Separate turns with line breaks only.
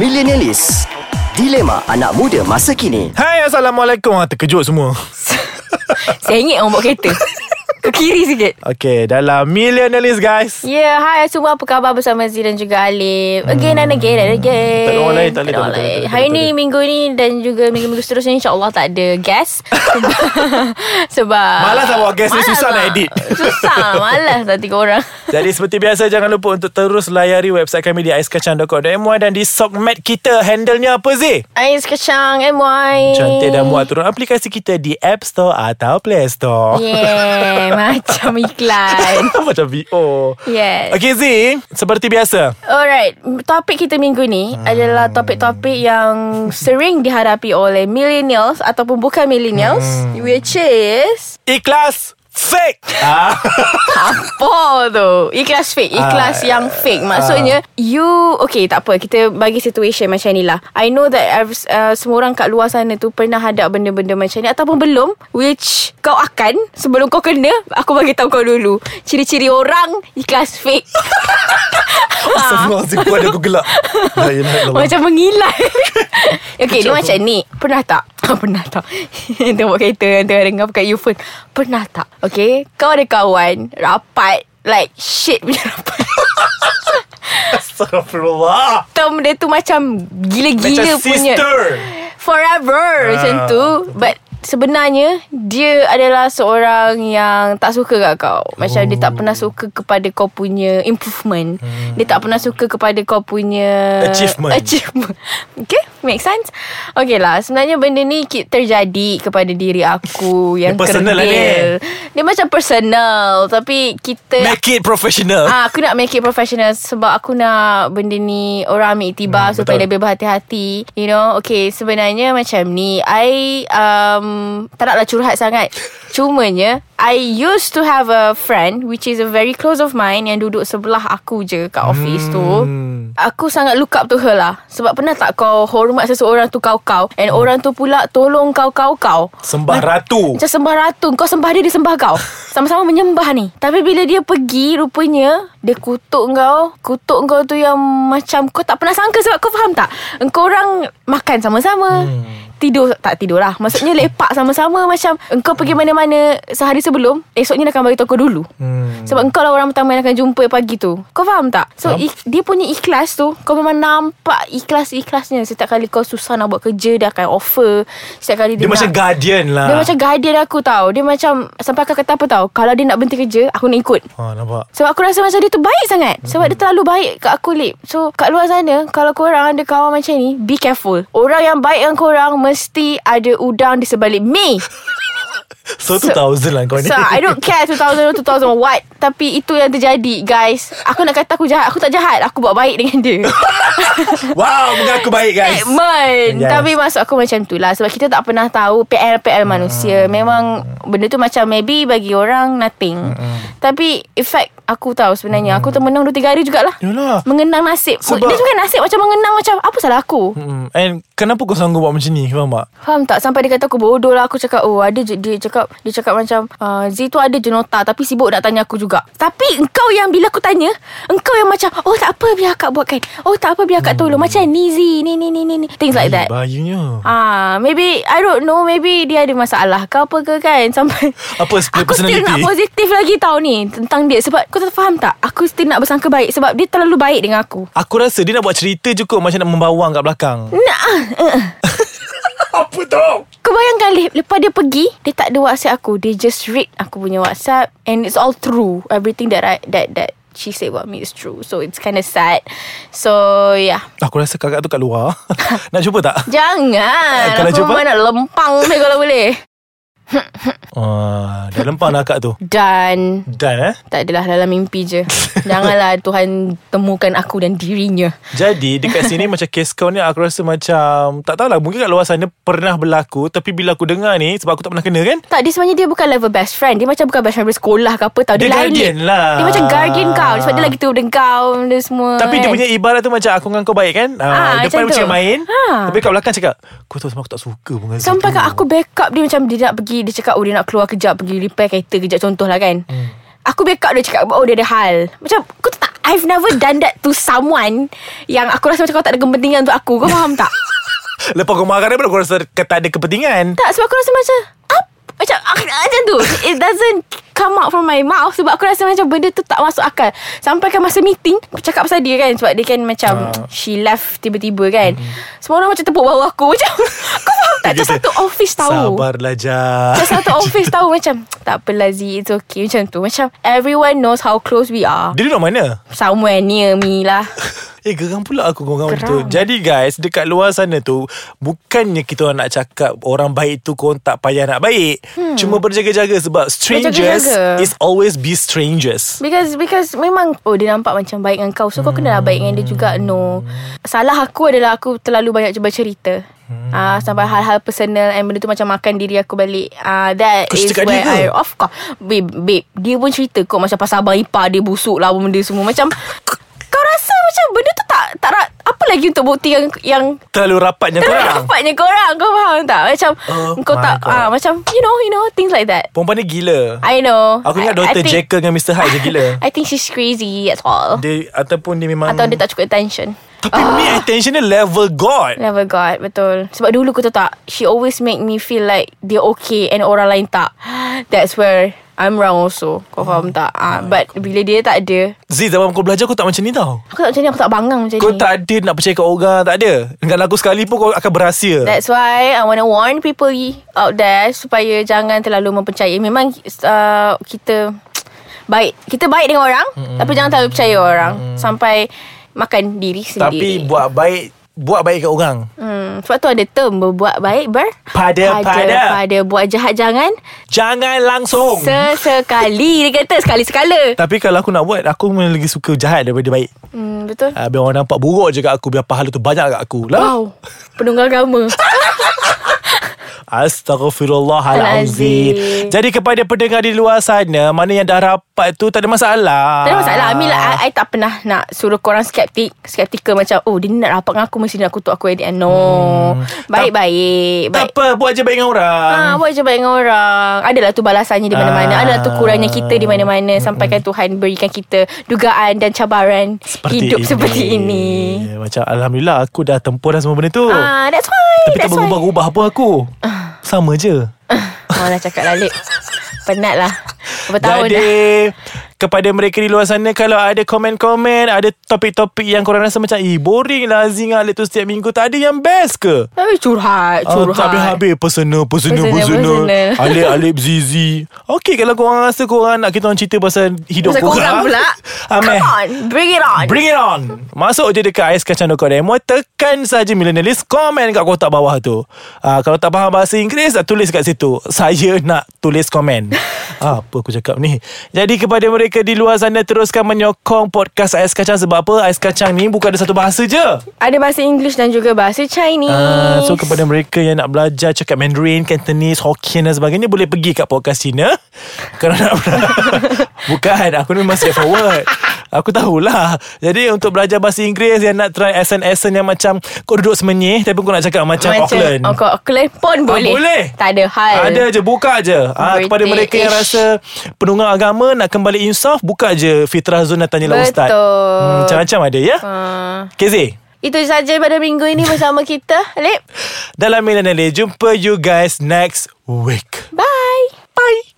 Millennialis Dilema anak muda masa kini
Hai Assalamualaikum ah, Terkejut semua
Sengit orang bawa kereta Ke kiri sikit
Okay dalam Millionaires guys
Ya, yeah, hai semua apa khabar bersama Z dan juga Alif Again and again and again
Tak ada orang lain, tak ada, tak ada, tak
ada orang
ada, tak
lain.
ada,
Hari
tak ada.
ni, minggu ni dan juga minggu-minggu seterusnya InsyaAllah tak ada guest Sebab- Sebab
Malas lah bawa guest ni,
Malas
susah nak
lah.
edit.
Susah, malas lah tiga orang
Jadi seperti biasa Jangan lupa untuk terus layari Website kami di aiskacang.com.my Dan di Sogmed kita Handlenya apa Zee?
Ais Kecang MY
Cantik dan muat turun aplikasi kita di App Store atau Play Store.
Yeah, macam iklan
Macam VO.
Yes
Okay Z, seperti biasa.
Alright, topik kita minggu ni adalah topik-topik yang sering dihadapi oleh millennials ataupun bukan millennials which is
Ikhlas fake. Ah,
apa tu? Ikhlas fake,
Ah,
ikhlas yang fake. Maksudnya you okay tak apa, kita bagi situation macam ni lah. I know that I've- uh, semua orang kat luar sana tu pernah hadap benda-benda macam ni ataupun belum which kau akan sebelum kau kena, aku bagi tahu kau dulu. Ciri-ciri orang ikhlas fake.
Semua orang sibuk ada aku gelak. La ilaha illallah.
Macam mengilai Okay dia macam ni Pernah tak Pernah tak Yang tengok kereta Yang tengah dengar pakai earphone Pernah tak Okay Kau ada kawan Rapat Like shit punya rapat
Astagfirullah.
Term dia tu macam
Macam
Gila-gila punya
sister.
Forever Macam
Ah,
tu But Sebenarnya Dia adalah seorang Yang tak suka kat kau Macam dia
Oh.
tak pernah suka Kepada kau punya Improvement Dia tak pernah suka Kepada kau punya
Hmm. Achievement.
Achievement Okay Make sense Okay lah Sebenarnya benda ni ki- Terjadi Kepada diri aku Yang
personal lah ni.
kerdil. Dia macam personal Tapi kita
Make it professional.
Ah, aku nak make it professional sebab aku nak benda ni orang ambil tiba
Hmm,
hmm, supaya
betul.
lebih berhati-hati. You know, okay sebenarnya macam ni. I um, tak naklah curhat sangat. Cumanya, I used to have a friend which is a very close of mine yang duduk sebelah aku je kat office tu.
Hmm.
Aku sangat look up to her lah Sebab pernah tak kau hormat seseorang tu kau-kau And
Hmm.
orang tu pula tolong kau-kau-kau
Sembah ratu.
macam sembah ratu Kau sembah dia Dia sembah kau Sama-sama menyembah ni Tapi bila dia pergi Rupanya Dia kutuk kau Kutuk kau tu yang Macam kau tak pernah sangka Sebab kau faham tak Engkau orang Makan sama-sama hmm. Tidur Tak tidur lah Maksudnya lepak sama-sama Macam Engkau pergi mana-mana Sehari sebelum Esoknya dia akan beritahu kau dulu hmm. Sebab engkau lah orang pertama Yang akan jumpa pagi tu Kau faham tak So ik- dia punya ikhlas tu Kau memang nampak Ikhlas-ikhlasnya Setiap kali kau susah nak buat kerja Dia akan offer Setiap kali dia,
Dia
nak,
macam guardian lah.
dia macam guardian aku tau Dia macam Sampai aku kata apa tau Kalau dia nak berhenti kerja Aku nak ikut
Ha, nampak.
sebab aku rasa macam dia tu baik sangat Sebab dia terlalu baik kat aku Lip So kat luar sana Kalau korang ada kawan macam ni Be careful Orang yang baik dengan korang Mesti ada udang di sebalik me
So, 2000 lah kau ni.
So I don't care 2000 or 2000 what Tapi itu yang terjadi guys Aku nak kata aku jahat Aku tak jahat Aku buat baik dengan dia
Wow, mengaku baik guys.
Eh, Statement
Yes.
yes. Tapi maksud aku macam tu lah Sebab kita tak pernah tahu PL-PL
Hmm.
manusia Memang Benda tu macam Maybe bagi orang Nothing
Hmm.
Tapi Efek aku tahu sebenarnya Aku termenung 2-3 hari jugalah
Yalah.
Mengenang nasib
Sebab-
Sebab Dia bukan nasib Macam mengenang macam Apa salah aku
Hmm, and kenapa kau sanggup buat macam ni? Faham tak?
Faham tak Sampai dia kata aku bodoh lah Aku cakap Oh ada je Dia cakap Dia cakap macam uh, Z tu ada je nota Tapi sibuk nak tanya aku juga Tapi engkau yang Bila aku tanya Engkau yang macam Oh tak apa biar akak buatkan Oh tak apa biar akak tolong Macam ni Z Ni ni ni ni ni. Things like Eh, that
Bayunya.
Ah, maybe I don't know Maybe dia ada masalah ke apa ke kan Sampai
Apa split
Aku still
personality?
nak positif lagi tau ni Tentang dia Sebab kau tak faham tak Aku still nak bersangka baik Sebab dia terlalu baik dengan aku
Aku rasa dia nak buat cerita je kot Macam nak membawang kat belakang
Nak ah, eh, eh.
Apa tu?
Kau bayangkan Lip Lepas dia pergi Dia tak ada whatsapp aku Dia just read aku punya whatsapp And it's all true Everything that I, that that she said about me is true So it's kind of sad So yeah
Aku rasa kakak tu kat luar Nak cuba tak? Eh,
Jangan
Kalau
Aku
jumpa-
memang nak lempang ni Kalau boleh
Ah, dah lempar lah kakak tu
Dan
Dan eh
Tak adalah dalam mimpi je Janganlah Tuhan temukan aku dan dirinya
Jadi dekat sini macam kes kau ni Aku rasa macam Tak tahulah mungkin kat luar sana Pernah berlaku Tapi bila aku dengar ni Sebab aku tak pernah kena kan
Tak dia sebenarnya dia bukan level best friend Dia macam bukan best friend dari sekolah ke apa tau
Dia
lain ni.
guardian lah.
Dia macam guardian kau Sebab dia lagi tu dengan kau Dia semua
Tapi dia
kan.
punya ibarat tu macam Aku dengan kau baik kan ah,
Ah,
Depan
macam tu.
macam main
Ah.
Tapi kat belakang cakap Kau tahu sebenarnya aku tak suka pun dengan
Sampai
situ."
kat aku backup dia macam Dia nak pergi Dia cakap oh dia nak keluar kejap Pergi repair kereta kejap Contoh lah kan hmm. Aku backup dia cakap Oh dia ada hal Macam kau tak I've never done that to someone Yang aku rasa macam kau tak ada kepentingan untuk aku Kau faham tak?
Lepas kau marah dia pun Aku rasa kau tak ada kepentingan
tak sebab aku rasa macam Up macam ah, macam tu It doesn't come out from my mouth Sebab aku rasa macam Benda tu tak masuk akal Sampaikan masa meeting Cakap pasal dia kan Sebab dia kan macam
Ah. Mm-hmm.
She left tiba-tiba kan Semua orang macam tepuk bahu aku Macam Kau faham tak Macam
Kita-
satu office tahu
Sabarlah Jah
Macam satu office tahu Macam Tak apalah Z It's okay Macam tu Macam everyone knows How close we are
Dia duduk mana?
Somewhere near me lah
Eh geram pula aku Geram
Geram.
tu Jadi guys Dekat luar sana tu Bukannya kita orang nak cakap Orang baik tu Korang tak payah nak baik hmm. Cuma berjaga-jaga Sebab strangers
Berjaga-jaga.
Is always be strangers
Because because memang Oh dia nampak macam baik dengan kau So kau kena lah baik dengan dia juga No Salah aku adalah Aku terlalu banyak cuba cerita
Hmm.
Ah sampai hal-hal personal and benda tu macam makan diri aku balik. Ah that
Kau
is
cerita kat
where
dia
I
ke?
of course. Babe, babe, dia pun cerita kau macam pasal abang ipar dia busuk lah apa benda semua macam kau rasa macam benda tu tak tak ra- apa lagi untuk bukti yang yang
Terlalu rapatnya korang
rapatnya korang kau faham tak? Macam
Oh
kau
my
tak
God.
ah macam you know you know things like that.
Perempuan ni gila
I know.
Aku ingat
I- I
Dr.
think-
Jekyll dengan Mr. Hyde je gila
I think she's crazy That's all
Dia Ataupun dia memang
Atau dia tak cukup attention
Tapi ni
Ah.
attention dia level God
Never got Betul Sebab dulu kau tahu tak She always make me feel like Dia okay And orang lain tak That's where I'm wrong also Kau faham
Hmm.
tak ah, But bila dia tak ada
Z zaman aku belajar Aku tak macam ni tau
Aku tak macam ni Aku tak bangang macam
Kau
ni
tak ada nak percaya kat orang Tak ada Dengan aku sekali pun Kau akan berhasil
That's why I want to warn people out there supaya jangan terlalu mempercayai. Memang uh, kita baik, kita baik dengan orang
Hmm.
mm-hmm. tapi jangan terlalu percaya orang mm-hmm. sampai makan diri sendiri.
Tapi buat baik Buat baik kat orang
Hmm, sebab tu ada term berbuat baik ber
Pada-
pada
pada.
pada buat jahat jangan
Jangan langsung
sesekali dia kata sekali sekala.
Tapi kalau aku nak buat Aku memang lagi suka jahat daripada baik
Hmm, betul.
uh, Biar orang nampak buruk je kat aku Biar pahala tu banyak kat aku lah.
Wow. Penunggang agama.
Ah. Astaghfirullahalazim
Al-Azim.
Jadi kepada pendengar di luar sana Mana yang dah rapat tu Tak ada masalah
Tak ada masalah I mean like, I, I tak pernah nak Suruh korang skeptik Skeptikal macam Oh dia ni nak rapat dengan aku Mesti dia nak kutuk aku at the end. No Baik-baik
Hmm. Tak
baik.
apa Buat je baik dengan orang
Ha, buat je baik dengan orang Adalah tu balasannya di mana-mana
Ah. Hmm.
Adalah tu kurangnya kita di mana-mana Sampaikan Tuhan berikan kita Dugaan dan cabaran Hidup seperti ini
Ya, Macam Alhamdulillah Aku dah tempur dah semua benda tu
Ah, That's why
Oh. Tapi tak
That's why
berubah-ubah pun aku Sama je
Malah cakap lalik Penat lah Berapa tahun
Jadi
dah
Kepada mereka di luar sana Kalau ada komen-komen Ada topik-topik yang korang rasa macam Eh boring lah Zee dengan Alip tu setiap minggu Tak ada yang best ke?
Tapi Eh, curhat
Ah,
Curhat
tak habis-habis Personal Personal
Personal,
Personal,
personal.
Alip Alip Zizi Okay kalau korang rasa Korang nak kita orang cerita Pasal hidup Ah,
Pasal korang pula
Ameh.
Come on Bring it on
Bring it on Masuk je dekat aiskacang.com Tekan saja millennialist Komen kat kotak bawah tu uh, Kalau tak faham bahasa Inggeris uh, Tulis kat situ Saya nak tulis komen Ah, Apa aku cakap ni Jadi kepada mereka di luar sana Teruskan menyokong podcast Ais Kacang Sebab apa Ais Kacang ni bukan ada satu bahasa je
Ada bahasa English dan juga bahasa Chinese.
uh, So kepada mereka yang nak belajar Cakap Mandarin, Cantonese, Hokkien dan sebagainya Boleh pergi kat podcast Cina Kalau nak Bukan, aku ni memang straight forward Aku tahulah Jadi untuk belajar bahasa Inggeris Yang nak try accent-accent yang macam Kau duduk semenyih Tapi kau nak cakap macam, macam Auckland
Oh, kau Auckland pun boleh.
Ah, boleh.
Tak ada hal.
Ada je Buka je ha, Kepada mereka yang
British.
rasa Penunggang agama Nak kembali insaf Buka je Fitrah Zul dan Tanyalah
Betul.
Ustaz Hmm, Macam-macam ada ya
Uh,
Kezi
itu saja pada minggu ini bersama kita. Lip.
Dalam Millennial Jumpa you guys next week
Bye. Bye.